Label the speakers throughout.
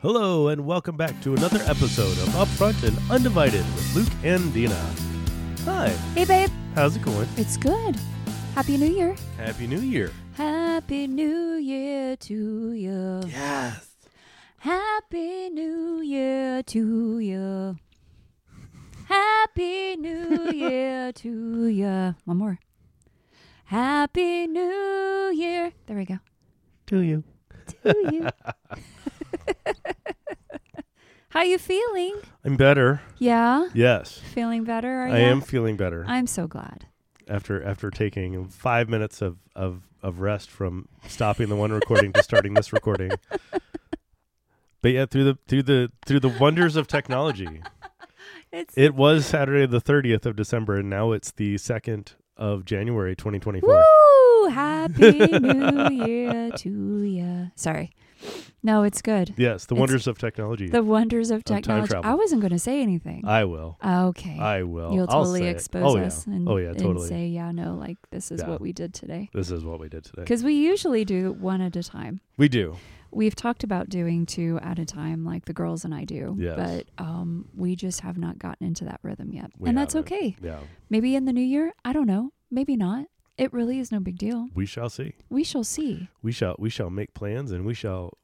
Speaker 1: Hello, and welcome back to another episode of Upfront and Undivided with Luke and Dina. Hi,
Speaker 2: Hey, babe.
Speaker 1: how's it going?
Speaker 2: It's good. Happy New Year.
Speaker 1: Happy New Year.
Speaker 2: Happy New Year to you.
Speaker 1: Yes.
Speaker 2: Happy New Year to you. Happy New Year to you. One more. Happy New Year. There we go.
Speaker 1: To you.
Speaker 2: To you. How you feeling?
Speaker 1: I'm better.
Speaker 2: Yeah.
Speaker 1: Yes.
Speaker 2: Feeling better? Are
Speaker 1: I
Speaker 2: ya?
Speaker 1: am feeling better
Speaker 2: I'm so glad.
Speaker 1: after after taking five minutes of, of, of rest from stopping the one recording to starting this recording. But yeah, through the through the through the wonders of technology.
Speaker 2: It's
Speaker 1: It was Saturday the thirtieth of December and now it's the second of January twenty twenty four.
Speaker 2: Woo! Happy New Year to ya. Sorry. No, it's good.
Speaker 1: Yes, the
Speaker 2: It's-
Speaker 1: wonders of technology.
Speaker 2: The wonders of
Speaker 1: time
Speaker 2: technology.
Speaker 1: travel.
Speaker 2: I wasn't going to say anything.
Speaker 1: I will.
Speaker 2: okay.
Speaker 1: I will.
Speaker 2: You'll
Speaker 1: I'll
Speaker 2: totally
Speaker 1: say it.
Speaker 2: expose
Speaker 1: oh,
Speaker 2: us
Speaker 1: Yeah.
Speaker 2: And,
Speaker 1: oh yeah,
Speaker 2: and
Speaker 1: totally.
Speaker 2: say, yeah, no, like this is
Speaker 1: Yeah.
Speaker 2: what we did today.
Speaker 1: this is what we did today.
Speaker 2: Because we usually do one at a time.
Speaker 1: We do.
Speaker 2: We've talked about doing two at a time, like the girls and I do.
Speaker 1: Yes.
Speaker 2: But um, we just have not gotten into that rhythm yet.
Speaker 1: We
Speaker 2: and that's
Speaker 1: haven't.
Speaker 2: okay.
Speaker 1: Yeah.
Speaker 2: Maybe in the new year. I don't know. Maybe not. It really is no big deal.
Speaker 1: We shall see.
Speaker 2: We shall see.
Speaker 1: We shall we shall make plans and we shall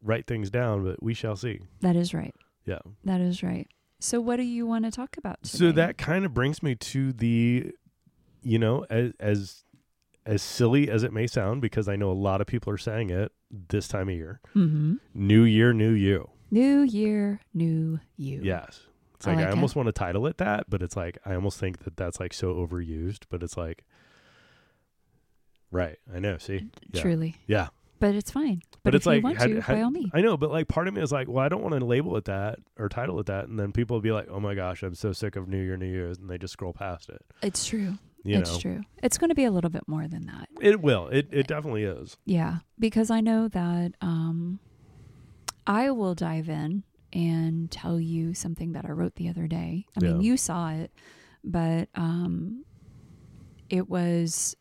Speaker 1: write things down, but we shall see.
Speaker 2: That is right.
Speaker 1: Yeah.
Speaker 2: That is right. So, what do you want to talk about? Today?
Speaker 1: So that kind of brings me to the you know, as as as silly as it may sound, because I know a lot of people are saying it this time of year.
Speaker 2: hmm
Speaker 1: New year, new you.
Speaker 2: new year, new you.
Speaker 1: Yes. It's
Speaker 2: I
Speaker 1: like I,
Speaker 2: like it.
Speaker 1: almost want to title it that, but it's like I almost think that that's like so overused, but it's like right. I know. See, Yeah.
Speaker 2: truly.
Speaker 1: yeah,
Speaker 2: But it's fine. But,
Speaker 1: But
Speaker 2: if
Speaker 1: it's
Speaker 2: you
Speaker 1: like,
Speaker 2: want
Speaker 1: had-
Speaker 2: to,
Speaker 1: had-
Speaker 2: by all means.
Speaker 1: I know. But like, part of me is like, well, I don't want to label it that or title it that, and then people will be like, oh my gosh, I'm so sick of New Year, New Year's, and they just scroll past it.
Speaker 2: It's true.
Speaker 1: You
Speaker 2: it's
Speaker 1: know,
Speaker 2: true. It's going to be a little bit more than that.
Speaker 1: it will. It it definitely is.
Speaker 2: Yeah, because I know that um, I will dive in and tell you something that I wrote the other day. I mean,
Speaker 1: Yeah.
Speaker 2: you saw it, but um, it was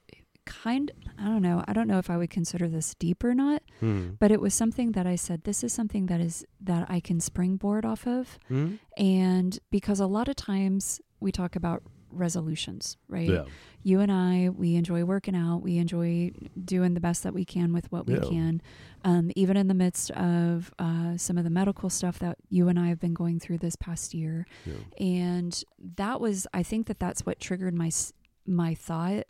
Speaker 2: kind. I don't know. I don't know if I would consider this deep or not.
Speaker 1: Hmm.
Speaker 2: but it was something that I said this is something that is that I can springboard off of
Speaker 1: Hmm?
Speaker 2: and because a lot of times we talk about resolutions, right?
Speaker 1: Yeah.
Speaker 2: You and I, we enjoy working out. We enjoy doing the best that we can with what we
Speaker 1: Yeah.
Speaker 2: can, um, even in the midst of uh, some of the medical stuff that you and I have been going through this past year
Speaker 1: yeah.
Speaker 2: and that was i think that that's what triggered my s- my thought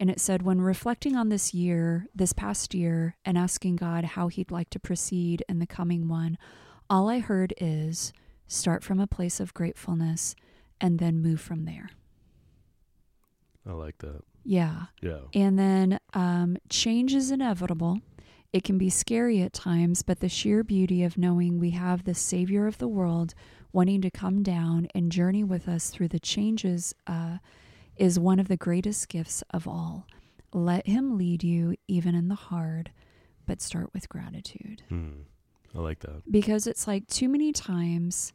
Speaker 2: and it said when reflecting on this year this past year and asking god how he'd like to proceed in the coming one all i heard is start from a place of gratefulness and then move from there
Speaker 1: I like that.
Speaker 2: yeah
Speaker 1: Yeah.
Speaker 2: and then um, change is inevitable. It can be scary at times, but the sheer beauty of knowing we have the Savior of the world wanting to come down and journey with us through the changes uh, is one of the greatest gifts of all. Let Him lead you even in the hard, but start with gratitude
Speaker 1: Hmm. I like that.
Speaker 2: because it's like too many times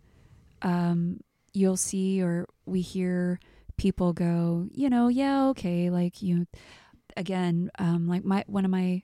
Speaker 2: um, you'll see or we hear people go, you know, yeah, okay, like you again, um, like my one of my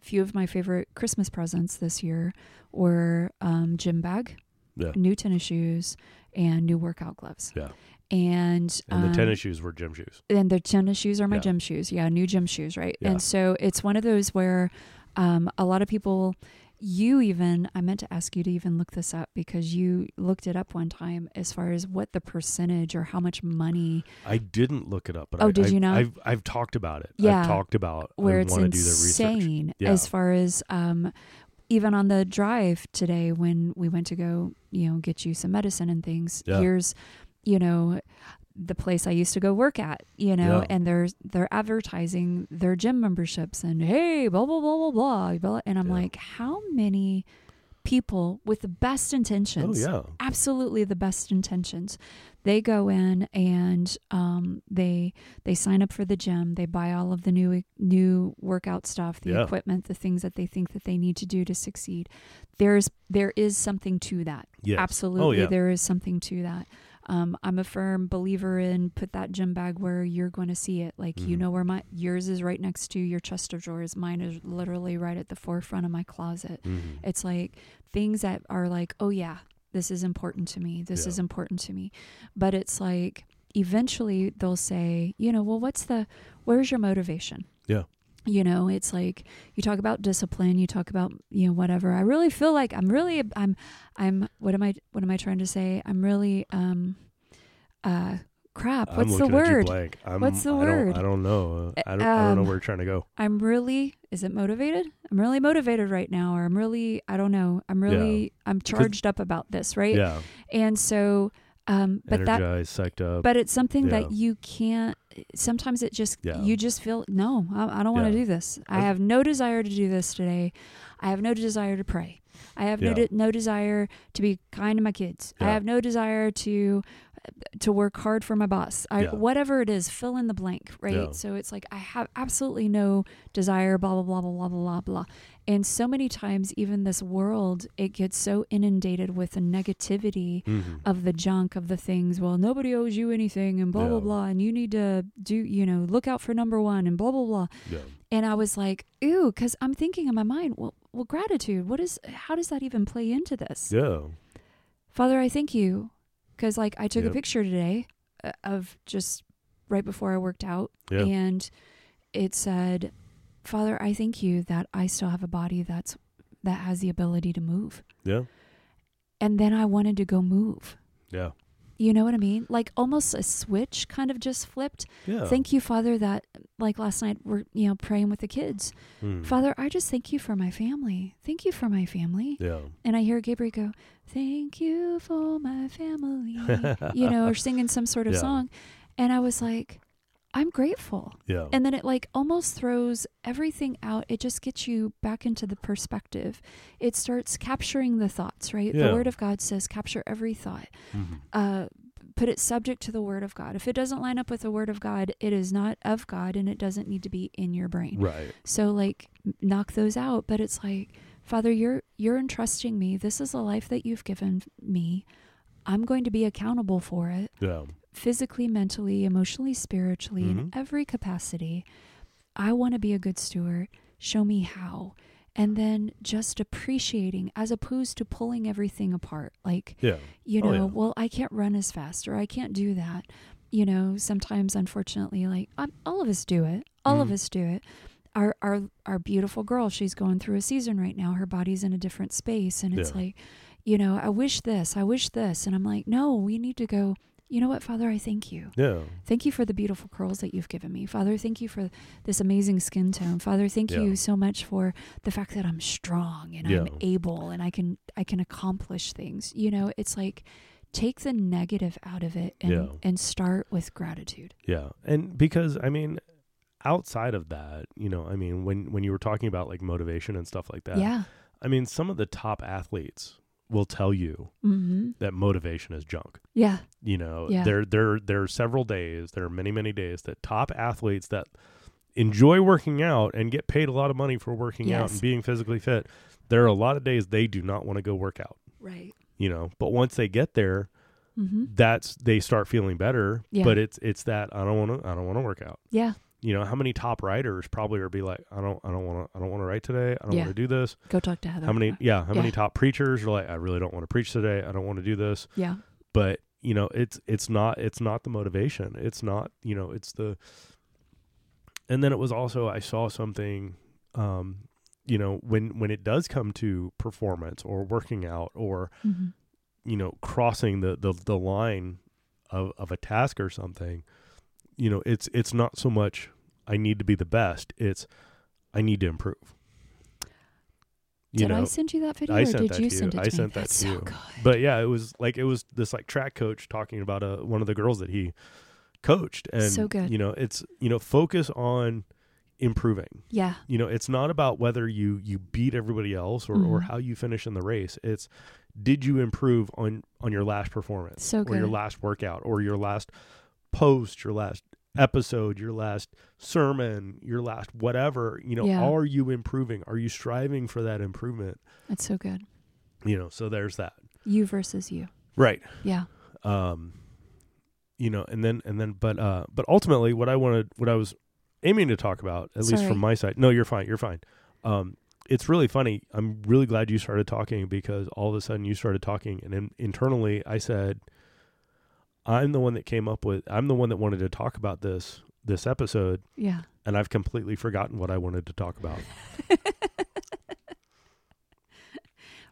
Speaker 2: few of my favorite Christmas presents this year were um, gym bag,
Speaker 1: Yeah.
Speaker 2: new tennis shoes, and new workout gloves.
Speaker 1: Yeah.
Speaker 2: And
Speaker 1: And
Speaker 2: um,
Speaker 1: the tennis shoes were gym shoes.
Speaker 2: and the tennis shoes are my
Speaker 1: Yeah.
Speaker 2: gym shoes. Yeah, new gym shoes, right?
Speaker 1: Yeah.
Speaker 2: And so it's one of those where um, a lot of people, you even, I meant to ask you to even look this up because you looked it up one time as far as what the percentage or how much money
Speaker 1: I didn't look it up, but
Speaker 2: Oh,
Speaker 1: I,
Speaker 2: did
Speaker 1: I,
Speaker 2: you not?
Speaker 1: I've I've talked about it.
Speaker 2: Yeah.
Speaker 1: I've talked about
Speaker 2: where
Speaker 1: I
Speaker 2: it's
Speaker 1: want to do the research.
Speaker 2: insane
Speaker 1: Yeah.
Speaker 2: as far as um, even on the drive today when we went to go, you know, get you some medicine and things.
Speaker 1: Yeah.
Speaker 2: Here's, you know, the place I used to go work at, you know,
Speaker 1: Yeah.
Speaker 2: and they're they're advertising their gym memberships and hey, blah blah blah blah blah, blah and I'm
Speaker 1: Yeah.
Speaker 2: like, how many people with the best
Speaker 1: Oh
Speaker 2: intentions?
Speaker 1: yeah.
Speaker 2: absolutely the best intentions. They go in and um, they they sign up for the gym. They buy all of the new e, new workout stuff, the
Speaker 1: Yeah.
Speaker 2: equipment, the things that they think that they need to do to succeed. There's there is something to that.
Speaker 1: Yes.
Speaker 2: Absolutely,
Speaker 1: Oh yeah.
Speaker 2: there is something to that. Um, I'm a firm believer in put that gym bag where you're going to see it. Like you
Speaker 1: Mhm.
Speaker 2: know where my yours is right next to your chest of drawers. Mine is literally right at the forefront of my closet.
Speaker 1: Mhm.
Speaker 2: It's like things that are like, oh yeah, this is important to me. This
Speaker 1: Yeah.
Speaker 2: is important to me. But it's like eventually they'll say, you know, well, what's the, where's your motivation?
Speaker 1: Yeah.
Speaker 2: You know, it's like you talk about discipline, you talk about, you know, whatever. I really feel like I'm really, I'm, I'm, what am I, what am I trying to say? I'm really, um, uh, crap.
Speaker 1: I'm
Speaker 2: What's the
Speaker 1: looking at you
Speaker 2: word?
Speaker 1: blank. I'm-
Speaker 2: What's the
Speaker 1: I don't-
Speaker 2: word?
Speaker 1: I don't know. Uh, I don't, I don't know
Speaker 2: um,
Speaker 1: where you're trying to go.
Speaker 2: I'm really is it motivated? I'm really motivated right now or I'm really I don't know. I'm really I'm charged up about this, right?
Speaker 1: yeah.
Speaker 2: And so um but that
Speaker 1: Energized, psyched up.
Speaker 2: but it's something
Speaker 1: Yeah.
Speaker 2: that you can't sometimes it just
Speaker 1: Yeah.
Speaker 2: you just feel no, I, I don't want
Speaker 1: Yeah.
Speaker 2: to do this. I
Speaker 1: I-
Speaker 2: have no desire to do this today. I have no desire to pray. I have no
Speaker 1: Yeah.
Speaker 2: de- no desire to be kind to my kids. I
Speaker 1: Yeah.
Speaker 2: have no desire to to work hard for my boss. I,
Speaker 1: Yeah.
Speaker 2: Whatever it is, fill in the blank, right?
Speaker 1: Yeah.
Speaker 2: So it's like I have absolutely no desire, blah blah blah blah blah blah blah. And so many times, even this world, it gets so inundated with the negativity
Speaker 1: Mhm.
Speaker 2: of the junk of the things. Well, nobody owes you anything, and blah blah
Speaker 1: Yeah.
Speaker 2: blah, and you need to do, you know, look out for number one, and blah blah blah.
Speaker 1: yeah.
Speaker 2: And I was like, ooh, because I'm thinking in my mind, well, well, gratitude. What is? How does that even play into this?
Speaker 1: Yeah.
Speaker 2: Father, I thank you, because like I took
Speaker 1: Yep.
Speaker 2: a picture today uh, of just right before I worked out,
Speaker 1: Yeah.
Speaker 2: and it said, Father, I thank you that I still have a body that's that has the ability to move.
Speaker 1: Yeah.
Speaker 2: And then I wanted to go move.
Speaker 1: Yeah.
Speaker 2: You know what I mean? Like almost a switch kind of just flipped.
Speaker 1: Yeah.
Speaker 2: Thank you, Father, that like last night we're, you know, praying with the kids.
Speaker 1: Mm.
Speaker 2: Father, I just thank you for my family. Thank you for my family.
Speaker 1: Yeah.
Speaker 2: And I hear Gabriel go, Thank you for my family, you know, or singing some sort of
Speaker 1: Yeah.
Speaker 2: song. And I was like, I'm grateful.
Speaker 1: Yeah.
Speaker 2: And then it like almost throws everything out. It just gets you back into the perspective. It starts capturing the thoughts, right?
Speaker 1: Yeah.
Speaker 2: The Word of God says, Capture every thought,
Speaker 1: Mhm.
Speaker 2: uh, put it subject to the Word of God. If it doesn't line up with the Word of God, it is not of God and it doesn't need to be in your brain.
Speaker 1: Right.
Speaker 2: So like m- knock those out, but it's like, Father, you're you're entrusting me. This is a life that you've given me. I'm going to be accountable for it
Speaker 1: Yeah.
Speaker 2: physically, mentally, emotionally, spiritually, in
Speaker 1: Mhm.
Speaker 2: every capacity. I want to be a good steward. Show me how. And then just appreciating as opposed to pulling everything apart. Like
Speaker 1: Yeah.
Speaker 2: you know,
Speaker 1: Oh, yeah.
Speaker 2: well, I can't run as fast or I can't do that. You know, sometimes, unfortunately, like um, all of us do it. All of
Speaker 1: Mhm.
Speaker 2: us do it. Our our our beautiful girl, she's going through a season right now. Her body's in a different space, and it's
Speaker 1: Yeah.
Speaker 2: like, you know, I wish this, I wish this, and I'm like, no, we need to go. You know what, Father? I thank you.
Speaker 1: Yeah.
Speaker 2: Thank you for the beautiful curls that you've given me. Father, thank you for this amazing skin tone. Father, thank
Speaker 1: Yeah.
Speaker 2: you so much for the fact that I'm strong and
Speaker 1: Yeah.
Speaker 2: I'm able and I can I can accomplish things. You know, it's like take the negative out of it and
Speaker 1: Yeah.
Speaker 2: and start with gratitude.
Speaker 1: Yeah. And because I mean outside of that, you know, I mean when when you were talking about like motivation and stuff like that.
Speaker 2: Yeah.
Speaker 1: I mean some of the top athletes will tell you
Speaker 2: Mhm.
Speaker 1: that motivation is junk.
Speaker 2: Yeah.
Speaker 1: You know,
Speaker 2: Yeah.
Speaker 1: there there there are several days, there are many many days that top athletes that enjoy working out and get paid a lot of money for working out
Speaker 2: Yes.
Speaker 1: and being physically fit. There are a lot of days they do not want to go work out,
Speaker 2: Right.
Speaker 1: you know. But once they get there,
Speaker 2: Mhm.
Speaker 1: that's they start feeling better,
Speaker 2: Yeah.
Speaker 1: but it's it's that I don't want to I don't want to work out.
Speaker 2: Yeah.
Speaker 1: You know, how many top writers probably are be like I don't I don't want to I don't want to write today. I don't
Speaker 2: Yeah.
Speaker 1: want to do this.
Speaker 2: Go talk to Heather.
Speaker 1: How many yeah, how many
Speaker 2: Yeah.
Speaker 1: top preachers are like I really don't want to preach today. I don't want to do this
Speaker 2: Yeah.
Speaker 1: but you know it's it's not it's not the motivation it's not you know it's the and then it was also i saw something um you know when when it does come to performance or working out or
Speaker 2: Mhm.
Speaker 1: you know crossing the the, the line of of a task or something you know it's it's not so much i need to be the best it's i need to improve you
Speaker 2: Did
Speaker 1: know
Speaker 2: I send you that video
Speaker 1: I
Speaker 2: or
Speaker 1: sent
Speaker 2: did
Speaker 1: that
Speaker 2: you
Speaker 1: to you.
Speaker 2: send it
Speaker 1: I
Speaker 2: to me?
Speaker 1: sent that
Speaker 2: That's
Speaker 1: to
Speaker 2: so
Speaker 1: you.
Speaker 2: good.
Speaker 1: but yeah, it was like it was this like track coach talking about uh, one of the girls that he coached, and
Speaker 2: So good.
Speaker 1: You know, it's you know focus on improving.
Speaker 2: yeah.
Speaker 1: You know, it's not about whether you you beat everybody else or, or
Speaker 2: Mhm.
Speaker 1: how you finish in the race. It's did you improve on on your last performance
Speaker 2: So
Speaker 1: or your
Speaker 2: good.
Speaker 1: last workout or your last post, your last episode, your last sermon, your last whatever. You know,
Speaker 2: Yeah.
Speaker 1: are you improving? Are you striving for that improvement?
Speaker 2: That's so good.
Speaker 1: You know, so there's that.
Speaker 2: You versus you.
Speaker 1: Right.
Speaker 2: Yeah.
Speaker 1: Um, you know, and then and then but uh but ultimately what I wanted what I was aiming to talk about, at least
Speaker 2: Sorry.
Speaker 1: from my side. No, you're fine, you're fine. Um it's really funny. I'm really glad you started talking because all of a sudden you started talking and in, internally I said I'm the one that came up with I'm the one that wanted to talk about this this episode
Speaker 2: Yeah.
Speaker 1: and I've completely forgotten what I wanted to talk about.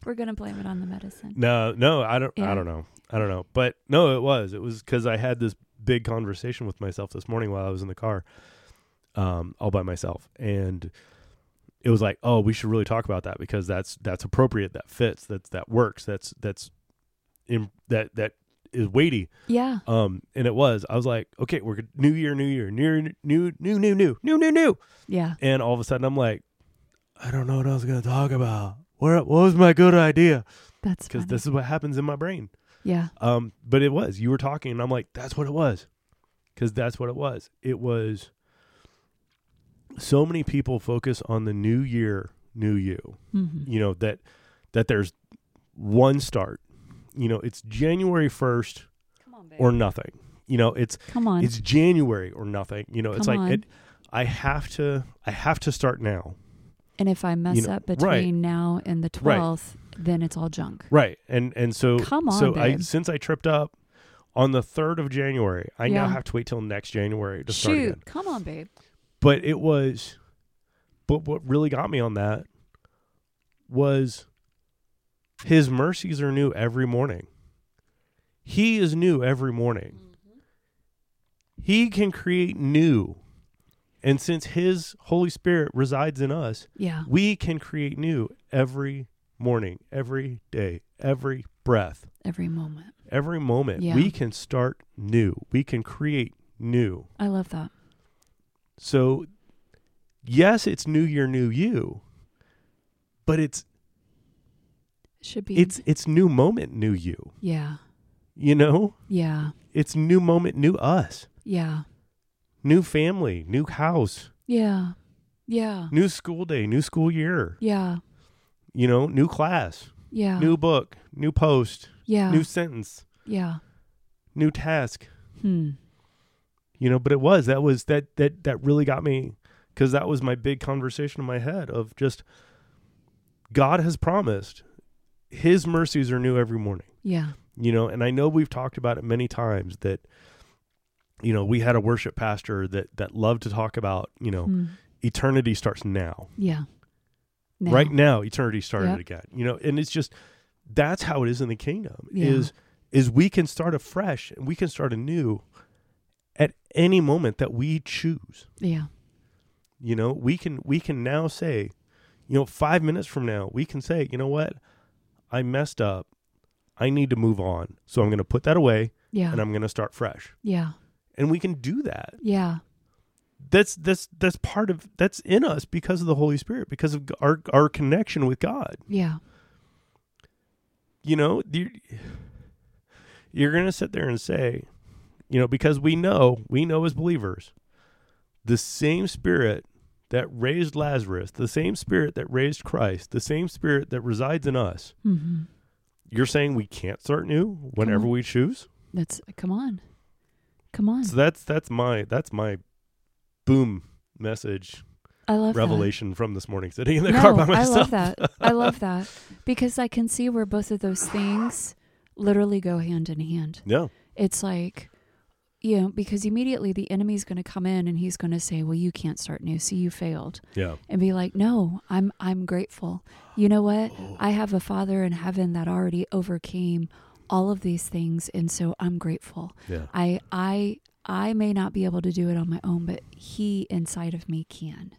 Speaker 2: We're going to blame it on the medicine.
Speaker 1: No, no, I don't.
Speaker 2: Yeah.
Speaker 1: I don't know. I don't know. But no, it was. It was because I had this big conversation with myself this morning while I was in the car, um, all by myself, and it was like, oh, we should really talk about that because that's that's appropriate. That fits. That's that works. That's that's in, that that is weighty.
Speaker 2: Yeah.
Speaker 1: Um, and it was. I was like, okay, we're good- new year, new year, new year, new new new new new new new.
Speaker 2: Yeah.
Speaker 1: And all of a sudden, I'm like, I don't know what I was gonna talk about. What what was my good idea?
Speaker 2: That's
Speaker 1: Because
Speaker 2: funny.
Speaker 1: this is what happens in my brain.
Speaker 2: yeah.
Speaker 1: Um, but it was. You were talking, and I'm like, that's what it was, because that's what it was. It was. So many people focus on the new year, new you.
Speaker 2: hmm
Speaker 1: You know that that there's one start. You know it's January first
Speaker 2: Come on, babe.
Speaker 1: or nothing. You know it's
Speaker 2: Come on.
Speaker 1: it's January or nothing. You know it's
Speaker 2: Come
Speaker 1: like
Speaker 2: on.
Speaker 1: it. I have to. I have to start now.
Speaker 2: and if I mess
Speaker 1: know,
Speaker 2: up
Speaker 1: right.
Speaker 2: between now and the
Speaker 1: Right.
Speaker 2: 12th, then it's all junk.
Speaker 1: Right. And and so
Speaker 2: Come on,
Speaker 1: so I
Speaker 2: babe.
Speaker 1: since I tripped up on the third of January, I now
Speaker 2: Yeah.
Speaker 1: have to wait till next January to start again.
Speaker 2: Shoot. Come on, babe.
Speaker 1: but it was but what really got me on that was his mercies are new every morning he is new every morning he can create new and since his holy spirit resides in us
Speaker 2: Yeah.
Speaker 1: we can create new every morning every day every breath
Speaker 2: Every moment.
Speaker 1: every moment
Speaker 2: Yeah.
Speaker 1: we can start new we can create new
Speaker 2: I love that.
Speaker 1: so, yes, it's New Year, New You, but it's
Speaker 2: Should be.
Speaker 1: it's it's new moment, new you.
Speaker 2: yeah.
Speaker 1: You know,
Speaker 2: Yeah.
Speaker 1: it's new moment, new us,
Speaker 2: Yeah.
Speaker 1: new family, new house,
Speaker 2: Yeah. Yeah.
Speaker 1: new school day, new school year.
Speaker 2: Yeah.
Speaker 1: You know, new class,
Speaker 2: Yeah.
Speaker 1: new book, new post,
Speaker 2: yeah.
Speaker 1: new sentence,
Speaker 2: yeah.
Speaker 1: new task.
Speaker 2: Hmm.
Speaker 1: You know, but it was that was that that that really got me because that was my big conversation in my head of just God has promised. His mercies are new every morning.
Speaker 2: Yeah.
Speaker 1: you know and i know we've talked about it many times that you know we had a worship pastor that that loved to talk about you know
Speaker 2: Hmm.
Speaker 1: eternity starts now.
Speaker 2: Yeah. Now.
Speaker 1: right now eternity started
Speaker 2: Yep.
Speaker 1: again you know and it's just that's how it is in the kingdom
Speaker 2: Yeah.
Speaker 1: is is we can start afresh and we can start anew at any moment that we choose
Speaker 2: Yeah.
Speaker 1: you know we can we can now say you know 5 minutes from now we can say you know what i messed up i need to move on so i'm going to put that away
Speaker 2: Yeah.
Speaker 1: and I'm going to start fresh.
Speaker 2: yeah.
Speaker 1: And we can do that.
Speaker 2: Yeah.
Speaker 1: That's that's that's part of that's in us because of the Holy Spirit, because of our our connection with God.
Speaker 2: Yeah.
Speaker 1: You know, you're, you're going to sit there and say, you know, because we know we know as believers, the same Spirit that raised Lazarus, the same Spirit that raised Christ, the same Spirit that resides in us.
Speaker 2: hmm
Speaker 1: You're saying we can't start new whenever
Speaker 2: on.
Speaker 1: we choose.
Speaker 2: That's come on. Come on.
Speaker 1: So that's that's my that's my boom message
Speaker 2: I love that.
Speaker 1: revelation from this morning sitting in the
Speaker 2: no,
Speaker 1: car by
Speaker 2: I love
Speaker 1: myself.
Speaker 2: that. I love that because I can see where both of those things literally go hand in hand.
Speaker 1: No.
Speaker 2: It's like, you know, because immediately the enemy's going to come in and he's going to say, "Well, you can't start new. See, you failed."
Speaker 1: Yeah.
Speaker 2: and be like, "No, I'm I'm grateful. You know what? I have a Father in heaven that already overcame all of these things, and so I'm grateful.
Speaker 1: Yeah.
Speaker 2: I I I may not be able to do it on my own, but He inside of me can.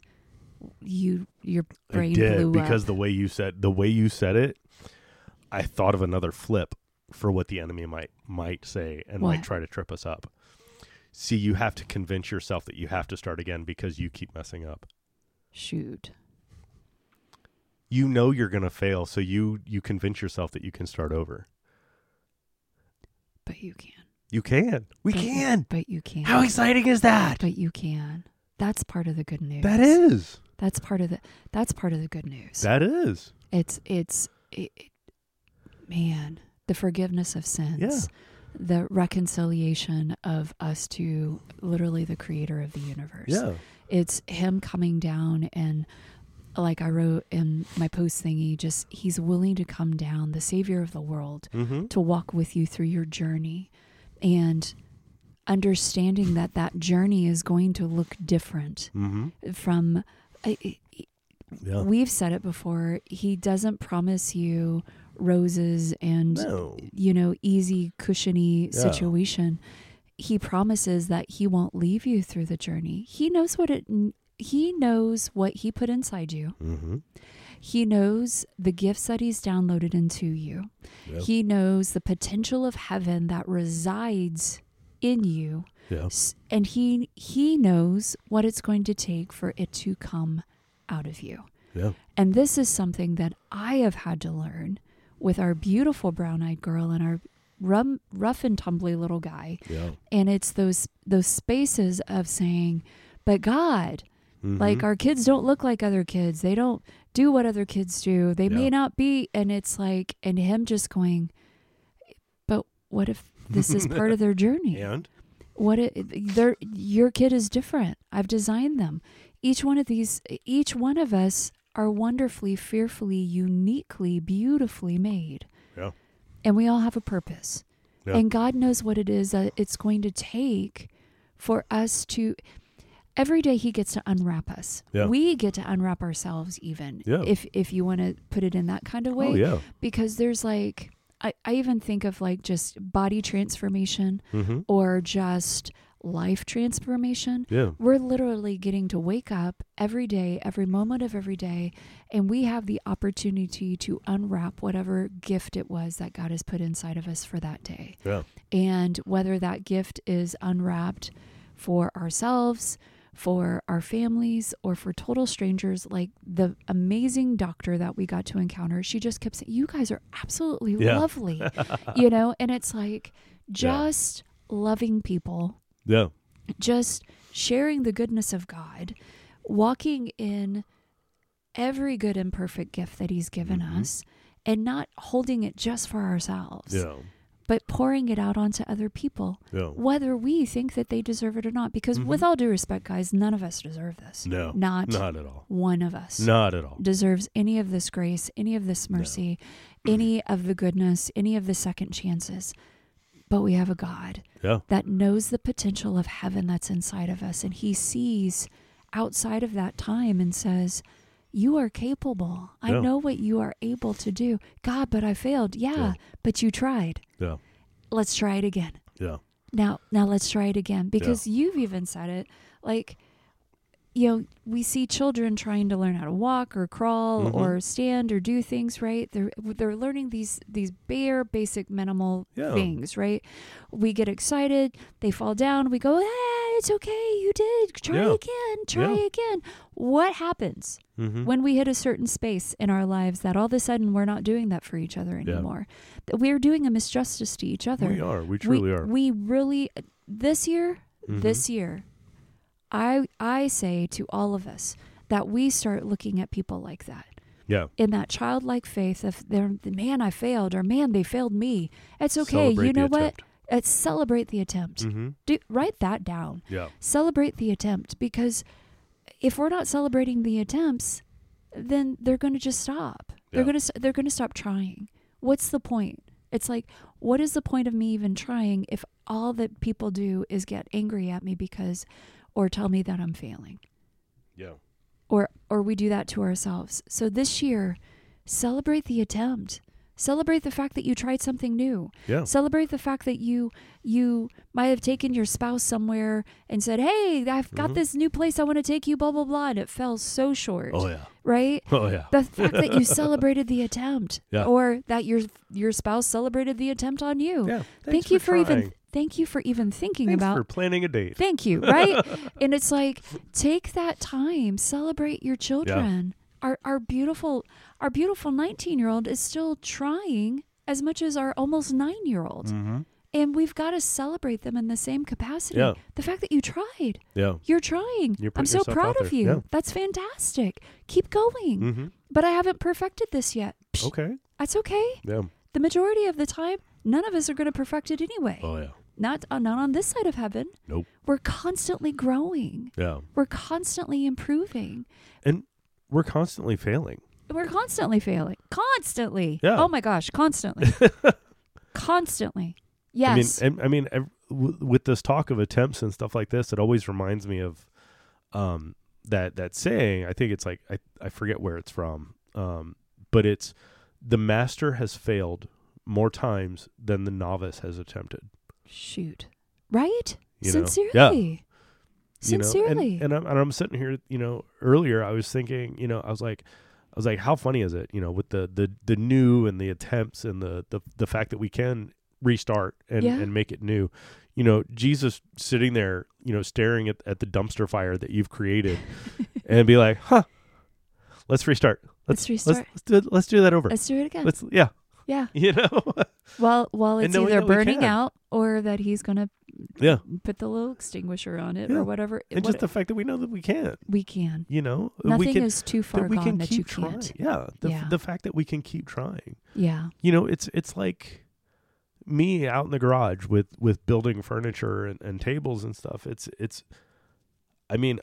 Speaker 2: You your brain
Speaker 1: I did
Speaker 2: blew
Speaker 1: because
Speaker 2: up.
Speaker 1: the way you said the way you said it, I thought of another flip for what the enemy might might say and might
Speaker 2: What?
Speaker 1: try to trip us up. See, you have to convince yourself that you have to start again because you keep messing up.
Speaker 2: Shoot,
Speaker 1: You know you're going to fail, so you you convince yourself that you can start over.
Speaker 2: but you can.
Speaker 1: You can. We
Speaker 2: But-
Speaker 1: can.
Speaker 2: But you can.
Speaker 1: How exciting is that?
Speaker 2: But you can. That's part of the good news.
Speaker 1: That is.
Speaker 2: That's part of the. That's part of the good news.
Speaker 1: That is.
Speaker 2: It's it's it, it, man, the forgiveness of sins.
Speaker 1: Yeah.
Speaker 2: the reconciliation of us to literally the creator of the universe.
Speaker 1: Yeah.
Speaker 2: It's him coming down and like I wrote in my post thingy, just he's willing to come down, the savior of the world,
Speaker 1: Mm-hmm.
Speaker 2: to walk with you through your journey and understanding that that journey is going to look different
Speaker 1: Mm-hmm.
Speaker 2: from I-
Speaker 1: Yeah.
Speaker 2: we've said it before he doesn't promise you roses and
Speaker 1: no.
Speaker 2: you know, easy, cushiony
Speaker 1: Yeah.
Speaker 2: situation, he promises that he won't leave you through the journey. He knows what it he knows what he put inside you.
Speaker 1: Mm-hmm.
Speaker 2: He knows the gifts that he's downloaded into you.
Speaker 1: Yeah.
Speaker 2: He knows the potential of heaven that resides in you.
Speaker 1: yeah.
Speaker 2: S- And he he knows what it's going to take for it to come out of you.
Speaker 1: Yeah.
Speaker 2: And this is something that I have had to learn with our beautiful brown eyed girl and our rum, rough and tumbly little guy.
Speaker 1: Yeah.
Speaker 2: And it's those those spaces of saying, but God,
Speaker 1: Mhm.
Speaker 2: like our kids don't look like other kids. They don't do what other kids do. They may
Speaker 1: Yeah.
Speaker 2: not be. And it's like, and him just going, but what if this is part of their journey?
Speaker 1: and
Speaker 2: what it, their your kid is different i've designed them each one of these each one of us are wonderfully fearfully uniquely beautifully made
Speaker 1: Yeah.
Speaker 2: and we all have a purpose
Speaker 1: Yeah.
Speaker 2: and god knows what it is that it's going to take for us to every day he gets to unwrap us
Speaker 1: Yeah.
Speaker 2: we get to unwrap ourselves even
Speaker 1: Yeah.
Speaker 2: if if you want to put it in that kind of way
Speaker 1: oh yeah.
Speaker 2: because there's like I, I even think of like just body transformation
Speaker 1: Mm-hmm.
Speaker 2: or just life transformation.
Speaker 1: Yeah.
Speaker 2: We're literally getting to wake up every day, every moment of every day, and we have the opportunity to unwrap whatever gift it was that God has put inside of us for that day.
Speaker 1: Yeah.
Speaker 2: And whether that gift is unwrapped for ourselves, for our families, or for total strangers, like the amazing doctor that we got to encounter, she just kept saying, You guys are absolutely
Speaker 1: Yeah.
Speaker 2: lovely. you know, and it's like just loving people,
Speaker 1: Yeah.
Speaker 2: just sharing the goodness of God, walking in every good and perfect gift that He's given
Speaker 1: Mhm.
Speaker 2: us, and not holding it just for ourselves
Speaker 1: Yeah.
Speaker 2: but pouring it out onto other people,
Speaker 1: Yeah.
Speaker 2: whether we think that they deserve it or not. Because,
Speaker 1: Mhm.
Speaker 2: with all due respect, guys, none of us deserve this.
Speaker 1: No.
Speaker 2: Not
Speaker 1: Not at all.
Speaker 2: one of us
Speaker 1: Not at all.
Speaker 2: deserves any of this grace, any of this mercy, any of the goodness, any of the second chances. But we have a God
Speaker 1: Yeah.
Speaker 2: that knows the potential of heaven that's inside of us, and He sees outside of that time and says, you are capable. I
Speaker 1: Yeah.
Speaker 2: know what you are able to do. God, but I failed. yeah,
Speaker 1: Yeah.
Speaker 2: but you tried.
Speaker 1: Yeah.
Speaker 2: Let's try it again
Speaker 1: Yeah.
Speaker 2: now now let's try it again because you've even said it like you know we see children trying to learn how to walk or crawl
Speaker 1: Mhm.
Speaker 2: or stand or do things right they're they're learning these these bare basic minimal
Speaker 1: Yeah.
Speaker 2: things right we get excited they fall down we go ah, it's okay you did try
Speaker 1: Yeah.
Speaker 2: again try
Speaker 1: Yeah.
Speaker 2: again what happens
Speaker 1: Mm-hmm.
Speaker 2: when we hit a certain space in our lives that all of a sudden we're not doing that for each other
Speaker 1: Yeah.
Speaker 2: anymore that we're doing a misjustice to each other
Speaker 1: We are. We truly are.
Speaker 2: we really this year,
Speaker 1: Mhm.
Speaker 2: this year, I I say to all of us that we start looking at people like that
Speaker 1: yeah.
Speaker 2: in that childlike faith of their man I failed or man they failed me. It's okay.
Speaker 1: Celebrate
Speaker 2: you
Speaker 1: the
Speaker 2: know what?
Speaker 1: attempt.
Speaker 2: It's celebrate the attempt.
Speaker 1: Mm-hmm.
Speaker 2: Do write that down.
Speaker 1: Yeah.
Speaker 2: Celebrate the attempt because if we're not celebrating the attempts, then they're going to just stop. They're
Speaker 1: Yeah.
Speaker 2: going to they're going to stop trying. What's the point? It's like what is the point of me even trying if all that people do is get angry at me because or tell me that I'm failing?
Speaker 1: Yeah.
Speaker 2: Or or we do that to ourselves. So this year, celebrate the attempt. Celebrate the fact that you tried something new
Speaker 1: Yeah.
Speaker 2: celebrate the fact that you you might have taken your spouse somewhere and said hey i've got
Speaker 1: Mhm.
Speaker 2: this new place i want to take you blah blah blah and it fell so short
Speaker 1: Oh yeah.
Speaker 2: right
Speaker 1: Oh yeah.
Speaker 2: the fact that you celebrated the attempt
Speaker 1: Yeah.
Speaker 2: or that your your spouse celebrated the attempt on you
Speaker 1: yeah.
Speaker 2: Oh. thank
Speaker 1: Thanks
Speaker 2: you for, even
Speaker 1: trying.
Speaker 2: thank you for even thinking
Speaker 1: Thanks
Speaker 2: about
Speaker 1: for planning a date.
Speaker 2: Thank you, right? and it's like take that time, celebrate your children. Our our beautiful our beautiful 19-year-old is still trying as much as our almost 9-year-old.
Speaker 1: Mm-hmm.
Speaker 2: And we've got to celebrate them in the same capacity.
Speaker 1: Yeah.
Speaker 2: The fact that you tried.
Speaker 1: Yeah.
Speaker 2: You're trying.
Speaker 1: You're
Speaker 2: I'm
Speaker 1: putting
Speaker 2: so
Speaker 1: yourself
Speaker 2: proud
Speaker 1: out
Speaker 2: of
Speaker 1: there.
Speaker 2: you.
Speaker 1: Yeah.
Speaker 2: That's fantastic. Keep going.
Speaker 1: Mm-hmm. Oh.
Speaker 2: But I haven't perfected this yet. Psh,
Speaker 1: Okay.
Speaker 2: That's okay.
Speaker 1: Yeah.
Speaker 2: The majority of the time, none of us are going to perfect it anyway.
Speaker 1: Oh yeah.
Speaker 2: Not uh, not on this side of heaven.
Speaker 1: Nope.
Speaker 2: We're constantly growing.
Speaker 1: Yeah.
Speaker 2: We're constantly improving.
Speaker 1: And we're constantly failing.
Speaker 2: We're constantly failing. Constantly.
Speaker 1: Yeah.
Speaker 2: Oh my gosh, constantly. constantly. Yes.
Speaker 1: I mean, and, I mean, ev- w- with this talk of attempts and stuff like this, it always reminds me of um, that that saying. I think it's like I I forget where it's from, um, but it's the master has failed more times than the novice has attempted.
Speaker 2: Shoot. Right?
Speaker 1: You know?
Speaker 2: Sincerely.
Speaker 1: you know? And-
Speaker 2: Sincerely.
Speaker 1: and, I'm, and I'm sitting here, you know, earlier I was thinking, you know, I was like, I was like, how funny is it, you know, with the the the new and the attempts and the the, the fact that we can restart and,
Speaker 2: Yeah.
Speaker 1: and make it new. You know, Jesus sitting there, you know, staring at, at the dumpster fire that you've created and be like, huh, let's restart. Let's
Speaker 2: Let's restart.
Speaker 1: Let's, let's do let's do that over.
Speaker 2: Let's do it again.
Speaker 1: Let's yeah,
Speaker 2: yeah.
Speaker 1: you know.
Speaker 2: Well, well,
Speaker 1: And
Speaker 2: it's
Speaker 1: knowing
Speaker 2: either
Speaker 1: that we
Speaker 2: burning
Speaker 1: can.
Speaker 2: out or that he's going to
Speaker 1: yeah.
Speaker 2: put the little extinguisher on it
Speaker 1: Yeah.
Speaker 2: or whatever.
Speaker 1: And
Speaker 2: what-
Speaker 1: just the fact that we know that we can,
Speaker 2: we can.
Speaker 1: you know, we
Speaker 2: Nothing
Speaker 1: can
Speaker 2: is too far
Speaker 1: that we
Speaker 2: gone
Speaker 1: can
Speaker 2: that
Speaker 1: keep
Speaker 2: you
Speaker 1: trying.
Speaker 2: can't.
Speaker 1: Yeah, the,
Speaker 2: Yeah.
Speaker 1: the fact that we can keep trying.
Speaker 2: Yeah.
Speaker 1: You know, it's it's like me out in the garage with with building furniture and, and tables and stuff. It's it's. I mean,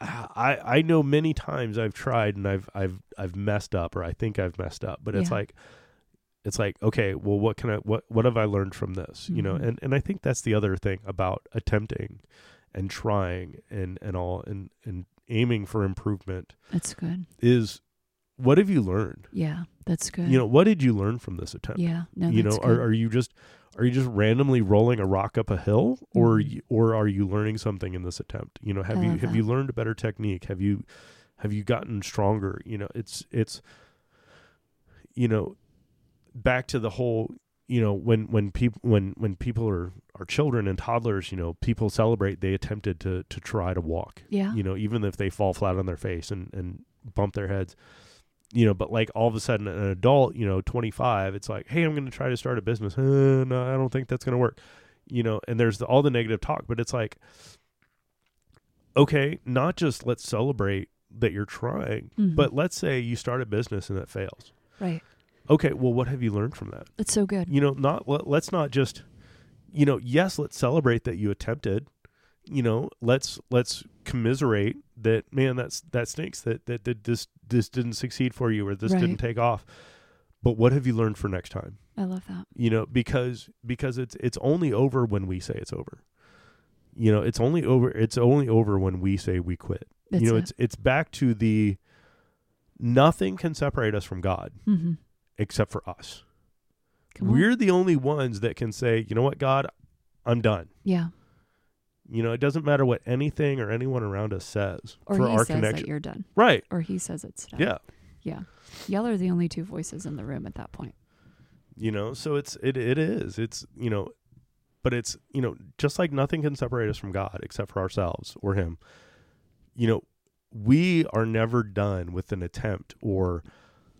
Speaker 1: I I know many times I've tried and I've I've I've messed up or I think I've messed up, but it's
Speaker 2: Yeah.
Speaker 1: like. It's like okay, well, what can I what what have I learned from this? You know,
Speaker 2: Mhm.
Speaker 1: and and I think that's the other thing about attempting, and trying and and all and and aiming for improvement
Speaker 2: That's good.
Speaker 1: is what have you learned?
Speaker 2: Yeah. That's good.
Speaker 1: You know, what did you learn from this attempt?
Speaker 2: yeah. No,
Speaker 1: you know,
Speaker 2: that's
Speaker 1: are,
Speaker 2: good.
Speaker 1: are you just are you just randomly rolling a rock up a hill or
Speaker 2: Mhm.
Speaker 1: you, or are you learning something in this attempt? You know, have
Speaker 2: I
Speaker 1: you
Speaker 2: love
Speaker 1: have
Speaker 2: that.
Speaker 1: you learned a better technique? Have you have you gotten stronger? You know, it's it's you know, back to the whole you know when when people when when people are are children and toddlers you know people celebrate they attempted to to try to walk
Speaker 2: yeah.
Speaker 1: you know, even if they fall flat on their face and, and bump their heads, you know, but like all of a sudden an adult, you know, 25, it's like, hey, I'm going to try to start a business. Uh, no, I don't think that's going to work, you know, and there's the, all the negative talk, but it's like, okay, not just let's celebrate that you're trying,
Speaker 2: Mhm.
Speaker 1: but let's say you start a business and it fails.
Speaker 2: right.
Speaker 1: Okay, well, what have you learned from that?
Speaker 2: That's so good.
Speaker 1: you know not let, let's not just you know yes let's celebrate that you attempted you know let's let's commiserate that man that's that stinks that that, that this this didn't succeed for you or this
Speaker 2: Right.
Speaker 1: didn't take off but what have you learned for next time
Speaker 2: I love that.
Speaker 1: you know because because it's it's only over when we say it's over you know it's only over it's only over when we say we quit
Speaker 2: That's
Speaker 1: you know
Speaker 2: it.
Speaker 1: it's it's back to the nothing can separate us from god
Speaker 2: Mhm.
Speaker 1: except for us
Speaker 2: Come on.
Speaker 1: we're the only ones that can say, you know what, God, I'm done.
Speaker 2: Yeah.
Speaker 1: You know, it doesn't matter what anything or anyone around us says
Speaker 2: Or
Speaker 1: for
Speaker 2: he
Speaker 1: our
Speaker 2: says
Speaker 1: connection.
Speaker 2: that you're done.
Speaker 1: right.
Speaker 2: Or he says it's done.
Speaker 1: Yeah.
Speaker 2: Y'all are the only two voices in the room at that point.
Speaker 1: You know, so it's it it is. It's you know but it's you know, just like nothing can separate us from God except for ourselves or him. You know, we are never done with an attempt or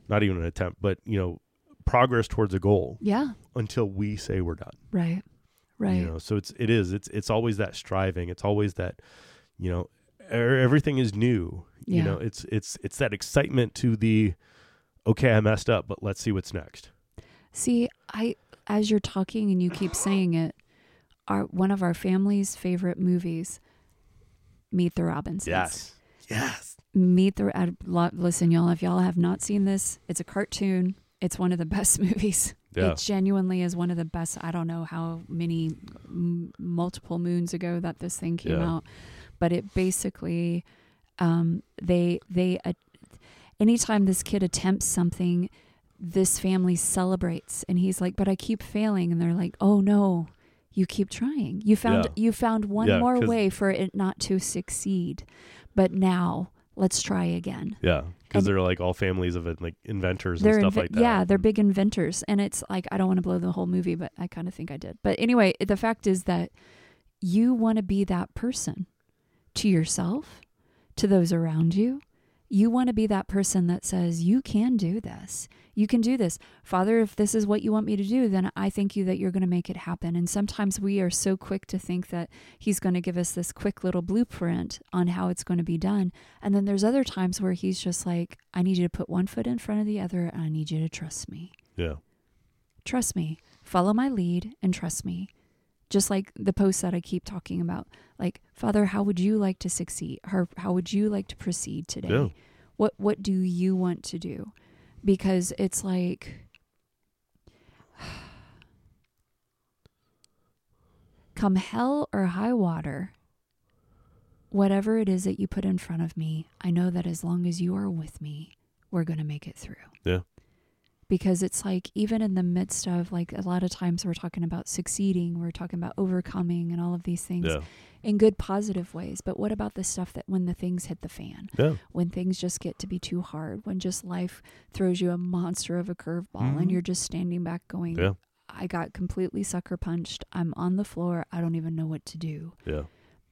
Speaker 1: not even an attempt, but you know, progress towards a goal
Speaker 2: Yeah.
Speaker 1: until we say we're done.
Speaker 2: Right. Right.
Speaker 1: you know so it's it is it's it's always that striving it's always that you know er, everything is new you
Speaker 2: Yeah.
Speaker 1: know it's it's it's that excitement to the okay i messed up but let's see what's next
Speaker 2: See, I as you're talking and you keep saying it, our one of our family's favorite movies, Meet the Robinsons.
Speaker 1: yes
Speaker 2: Meet the I lo- listen, y'all. If y'all have not seen this, it's a cartoon. It's one of the best movies.
Speaker 1: Yeah.
Speaker 2: It genuinely is one of the best. I don't know how many m- multiple moons ago that this thing came
Speaker 1: Yeah.
Speaker 2: out, but it basically um, they they uh, anytime this kid attempts something, this family celebrates, and he's like, "But I keep failing," and they're like, "Oh no." You keep trying. You found
Speaker 1: Yeah.
Speaker 2: you found one
Speaker 1: Yeah,
Speaker 2: more
Speaker 1: 'cause-
Speaker 2: way for it not to succeed, but now let's try again.
Speaker 1: yeah because
Speaker 2: And-
Speaker 1: they're like all families of like inventors and
Speaker 2: They're
Speaker 1: stuff
Speaker 2: inve-
Speaker 1: like that Mm-hmm.
Speaker 2: Yeah, they're big inventors, and it's like I don't want to blow the whole movie, but I kind of think I did. But anyway, the fact is that you want to be that person to yourself, to those around you. You want to be that person that says, "You can do this. You can do this, Father. If this is what you want me to do, then I thank you that you're going to make it happen." And sometimes we are so quick to think that He's going to give us this quick little blueprint on how it's going to be done, and then there's other times where he's just like, I need you to put one foot in front of the other and I need you to trust me.
Speaker 1: yeah
Speaker 2: Trust me. Follow my lead and trust me. Just like the posts that I keep talking about, like Father, how would you like to succeed? How, how would you like to proceed today?
Speaker 1: Mm-hmm. Yeah.
Speaker 2: What what do you want to do? Because it's like come hell or high water, whatever it is that you put in front of me, I know that as long as you are with me, we're going to make it through.
Speaker 1: Yeah.
Speaker 2: Because it's like, even in the midst of, like, a lot of times we're talking about succeeding, we're talking about overcoming and all of these things
Speaker 1: Yeah.
Speaker 2: in good, positive ways. But what about the stuff that when the things hit the fan,
Speaker 1: Yeah.
Speaker 2: when things just get to be too hard, when just life throws you a monster of a curveball
Speaker 1: Mhm.
Speaker 2: and you're just standing back going,
Speaker 1: Yeah.
Speaker 2: I got completely sucker punched. I'm on the floor. I don't even know what to do.
Speaker 1: Yeah.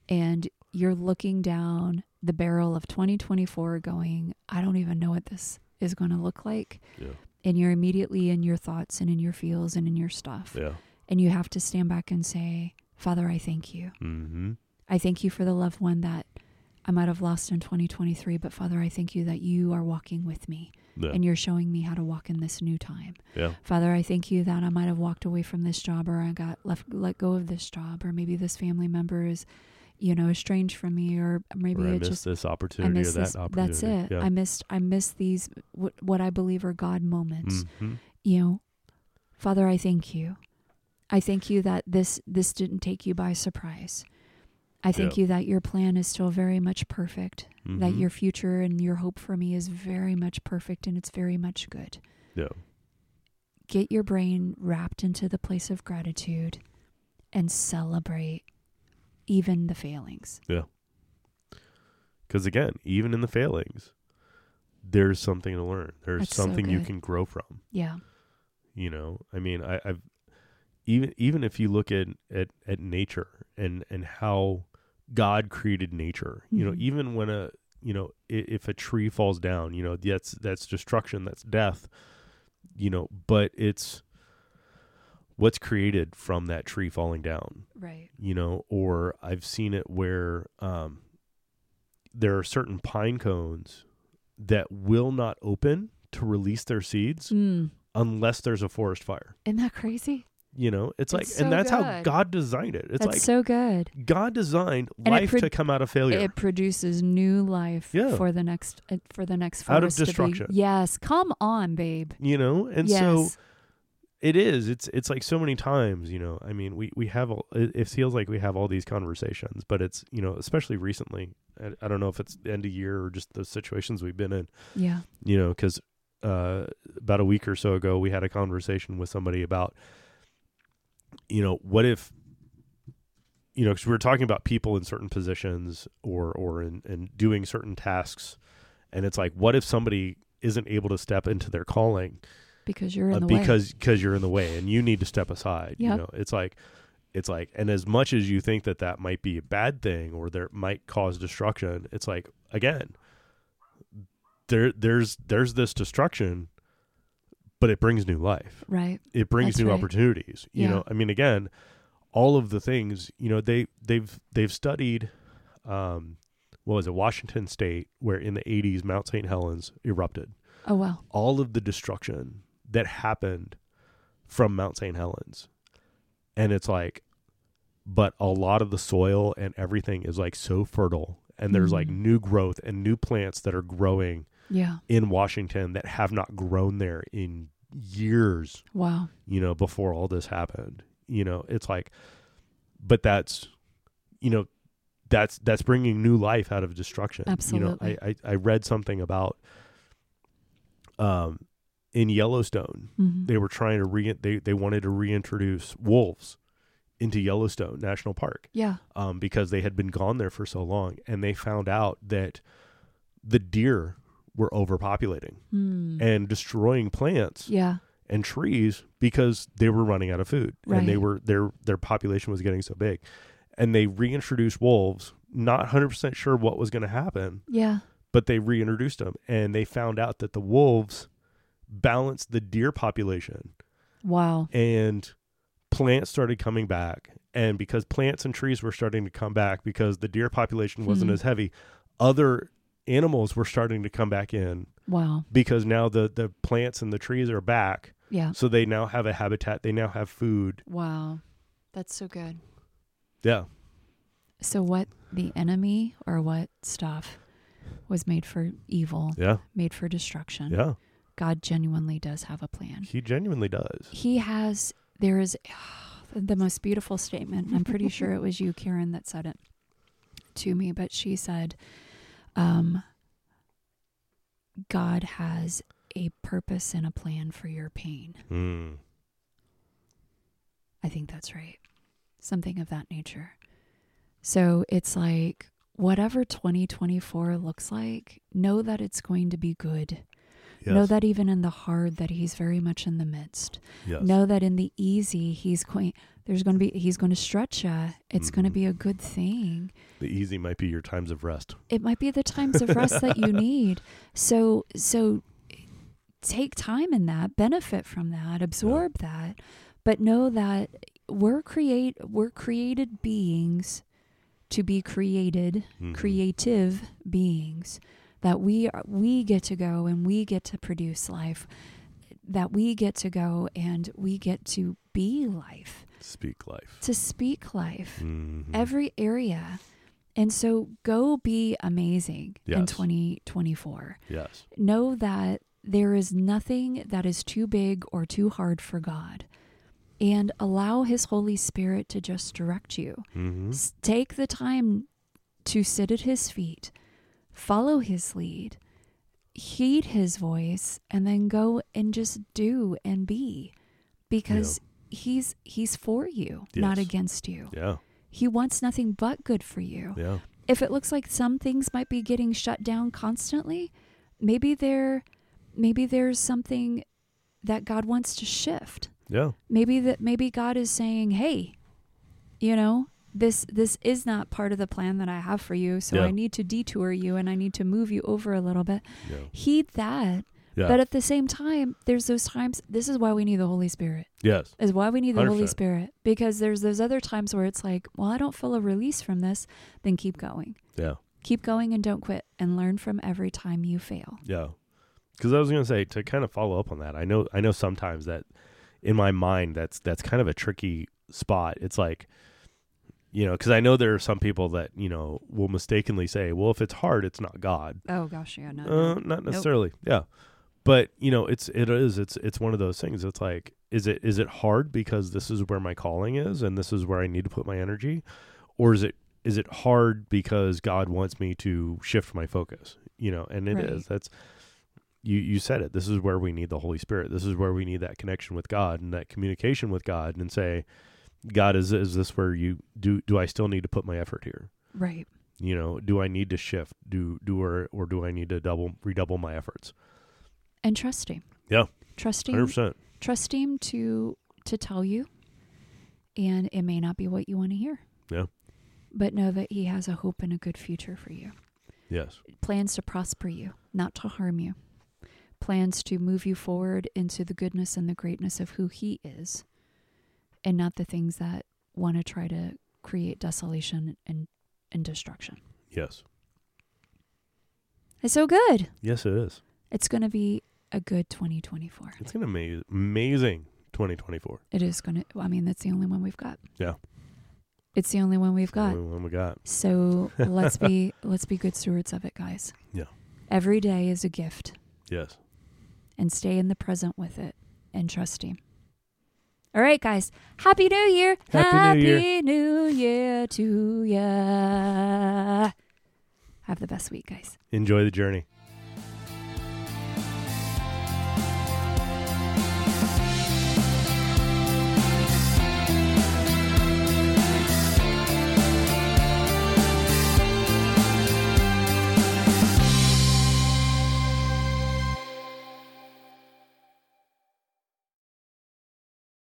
Speaker 2: And you're looking down the barrel of 2024 going, I don't even know what this is going to look like.
Speaker 1: Yeah.
Speaker 2: And you're immediately in your thoughts and in your feels and in your stuff.
Speaker 1: Yeah.
Speaker 2: And you have to stand back and say, Father, I thank you.
Speaker 1: Mm-hmm.
Speaker 2: I thank you for the loved one that I might have lost in 2023, but Father, I thank you that you are walking with me
Speaker 1: Yeah.
Speaker 2: and you're showing me how to walk in this new time.
Speaker 1: yeah.
Speaker 2: Father, I thank you that I might have walked away from this job or I got left let go of this job or maybe this family member is, you know, estranged from me or maybe
Speaker 1: Or I
Speaker 2: it
Speaker 1: missed
Speaker 2: just
Speaker 1: this
Speaker 2: I
Speaker 1: opportunity or
Speaker 2: missed
Speaker 1: that
Speaker 2: this.
Speaker 1: opportunity.
Speaker 2: That's it.
Speaker 1: Yeah.
Speaker 2: I missed I missed these what, what I believe are God moments
Speaker 1: hmm
Speaker 2: you know father i thank you i thank you that this this didn't take you by surprise i thank
Speaker 1: Yeah.
Speaker 2: you that your plan is still very much perfect that
Speaker 1: Mhm.
Speaker 2: your future and your hope for me is very much perfect and it's very much good
Speaker 1: Yeah.
Speaker 2: get your brain wrapped into the place of gratitude and celebrate even the failings
Speaker 1: Because again, even in the failings, there's something to learn. There's
Speaker 2: That's so
Speaker 1: something you
Speaker 2: good.
Speaker 1: can grow from.
Speaker 2: yeah
Speaker 1: You know, I mean, I, I've even even if you look at at at nature and and how God created nature. You know,
Speaker 2: Mhm.
Speaker 1: even when a you know i- if a tree falls down, you know that's that's destruction, that's death. You know, but it's what's created from that tree falling down
Speaker 2: right
Speaker 1: you know, or I've seen it where um, there are certain pine cones that will not open to release their seeds
Speaker 2: mm.
Speaker 1: unless there's a forest fire.
Speaker 2: isn't that crazy
Speaker 1: You know, it's like,
Speaker 2: It's so
Speaker 1: and that's how
Speaker 2: good.
Speaker 1: God designed it. It's
Speaker 2: that's
Speaker 1: like
Speaker 2: so good
Speaker 1: God designed
Speaker 2: it
Speaker 1: life
Speaker 2: pro-
Speaker 1: to come out of failure.
Speaker 2: It produces new life
Speaker 1: Yeah.
Speaker 2: for the next uh, for the next
Speaker 1: Out of
Speaker 2: forest to be-
Speaker 1: destruction.
Speaker 2: yes, come on, babe.
Speaker 1: you know, and
Speaker 2: yes.
Speaker 1: so it is. It's it's like so many times. You know, I mean, we we have all, it, it feels like we have all these conversations, but it's you know, especially recently. I, I don't know if it's the end of year or just the situations we've been in.
Speaker 2: yeah,
Speaker 1: you know, because uh, about a week or so ago, we had a conversation with somebody about, you know, what if, you know, because we were talking about people in certain positions or or in, in doing certain tasks, and it's like, what if somebody isn't able to step into their calling
Speaker 2: because you're in
Speaker 1: uh,
Speaker 2: the way.
Speaker 1: because because you're in the way and you need to step aside. You
Speaker 2: Yep.
Speaker 1: know, it's like. It's like, and as much as you think that that might be a bad thing or there might cause destruction, it's like again, there there's there's this destruction, but it brings new life.
Speaker 2: right?
Speaker 1: It brings
Speaker 2: That's
Speaker 1: new
Speaker 2: right.
Speaker 1: opportunities. You
Speaker 2: Yeah.
Speaker 1: know, I mean, again, all of the things you know they they've they've studied. Um, what was it, Washington State, where in the '80s Mount St. Helens erupted?
Speaker 2: Oh well,
Speaker 1: all of the destruction that happened from Mount St. Helens. And it's like, but a lot of the soil and everything is like so fertile. And there's like
Speaker 2: Mhm.
Speaker 1: new growth and new plants that are growing
Speaker 2: yeah.
Speaker 1: in Washington that have not grown there in years,
Speaker 2: Wow,
Speaker 1: you know, before all this happened. You know, it's like, but that's, you know, that's that's bringing new life out of destruction. You
Speaker 2: Absolutely.
Speaker 1: know, I, I, I read something about um in Yellowstone,
Speaker 2: Mhm.
Speaker 1: they were trying to re they, they wanted to reintroduce wolves into Yellowstone National Park
Speaker 2: yeah.
Speaker 1: um, because they had been gone there for so long and they found out that the deer were overpopulating
Speaker 2: Hmm.
Speaker 1: and destroying plants
Speaker 2: yeah,
Speaker 1: and trees because they were running out of food and they
Speaker 2: Right.
Speaker 1: were their their population was getting so big and they reintroduced wolves not 100% sure what was going to happen
Speaker 2: yeah.
Speaker 1: but they reintroduced them and they found out that the wolves balanced the deer population
Speaker 2: Wow,
Speaker 1: and plants started coming back and because plants and trees were starting to come back because the deer population wasn't
Speaker 2: Hmm.
Speaker 1: as heavy other animals were starting to come back in
Speaker 2: wow.
Speaker 1: because now the the plants and the trees are back
Speaker 2: Yeah.
Speaker 1: So they now have a habitat. They now have food.
Speaker 2: Wow. That's so good.
Speaker 1: Yeah.
Speaker 2: So what the enemy or what stuff was made for evil,
Speaker 1: Yeah.
Speaker 2: made for destruction.
Speaker 1: Yeah.
Speaker 2: God genuinely does have a plan.
Speaker 1: He genuinely does.
Speaker 2: He has there is the most beautiful statement. and I'm pretty sure it was you Karen that said it to me, but she said um God has a purpose and a plan for your pain.
Speaker 1: Mm.
Speaker 2: I think that's right. Something of that nature. So it's like whatever 2024 looks like, know that it's going to be good.
Speaker 1: Yes.
Speaker 2: Know that even in the hard that he's very much in the midst.
Speaker 1: yes.
Speaker 2: Know that in the easy he's going there's going to be he's going to stretch you. It's going to
Speaker 1: Mhm.
Speaker 2: be a good thing.
Speaker 1: The easy might be your times of rest.
Speaker 2: It might be the times of rest that you need. So so take time in that, benefit from that, absorb that, but know that we're create we're created beings to be created,
Speaker 1: Mhm.
Speaker 2: creative beings that we are, we get to go and we get to produce life, that we get to go and we get to be life,
Speaker 1: Speak life.
Speaker 2: to speak life
Speaker 1: Mhm.
Speaker 2: every area. And so go be amazing in
Speaker 1: Yes.
Speaker 2: 2024
Speaker 1: yes.
Speaker 2: know that there is nothing that is too big or too hard for God. And allow His Holy Spirit to just direct you.
Speaker 1: hmm
Speaker 2: S- Take the time to sit at His feet, follow His lead, heed His voice, and then go and just do and be because. He's he's for you, not
Speaker 1: Yes.
Speaker 2: against you.
Speaker 1: Yeah.
Speaker 2: He wants nothing but good for you
Speaker 1: Yeah.
Speaker 2: if it looks like some things might be getting shut down constantly, maybe there maybe there's something that God wants to shift.
Speaker 1: Yeah.
Speaker 2: Maybe that maybe God is saying, "Hey, you know, this this is not part of the plan that I have for you, so
Speaker 1: Yeah.
Speaker 2: I need to detour you and I need to move you over a little bit."
Speaker 1: Yeah.
Speaker 2: Heed that.
Speaker 1: Yeah.
Speaker 2: But uh, at the same time, there's those times this is why we need the Holy Spirit
Speaker 1: yes.
Speaker 2: is why we need the Holy
Speaker 1: 100%.
Speaker 2: Spirit because there's those other times where it's like, well, I don't feel a release from this, then keep going.
Speaker 1: Yeah.
Speaker 2: Keep going and don't quit and learn from every time you fail.
Speaker 1: Yeah. Cuz I was going to say to kind of follow up on that. I know I know sometimes that in my mind that's that's kind of a tricky spot. It's like you know, cuz I know there are some people that, you know, will mistakenly say, "Well, if it's hard, it's not God."
Speaker 2: Oh gosh, yeah, no.
Speaker 1: Uh, not necessarily. Yeah. But, you know, it's it is it's it's one of those things. It's like is it is it hard because this is where my calling is and this is where I need to put my energy or is it is it hard because God wants me to shift my focus? You know, and it is.
Speaker 2: Right.
Speaker 1: That's you you said it. This is where we need the Holy Spirit. This is where we need that connection with God and that communication with God and say, God, is is this where you do do I still need to put my effort here?
Speaker 2: Right.
Speaker 1: you know do i need to shift do do or or do i need to double redouble my efforts
Speaker 2: And trust him.
Speaker 1: Yeah.
Speaker 2: Trust him.
Speaker 1: 100%
Speaker 2: Trust him to to tell you. And it may not be what you want to hear.
Speaker 1: Yeah.
Speaker 2: But know that he has a hope and a good future for you.
Speaker 1: yes
Speaker 2: plans to prosper you, not to harm you, plans to move you forward into the goodness and the greatness of who He is, and not the things that want to try to create desolation and, and destruction.
Speaker 1: yes
Speaker 2: It's so good.
Speaker 1: yes it is
Speaker 2: It's going to be a good 2024.
Speaker 1: it's an amazing amazing 2024
Speaker 2: It is going to, I mean, that's the only one we've got.
Speaker 1: Yeah.
Speaker 2: It's the only one we've got.
Speaker 1: oh my god
Speaker 2: So let's be let's be good stewards of it, guys.
Speaker 1: Yeah.
Speaker 2: Every day is a gift.
Speaker 1: yes
Speaker 2: and stay in the present with it and trust Him. All right, guys. Happy New Year.
Speaker 1: Happy New Year.
Speaker 2: Happy New Year to ya. Have the best week, guys.
Speaker 1: enjoy the journey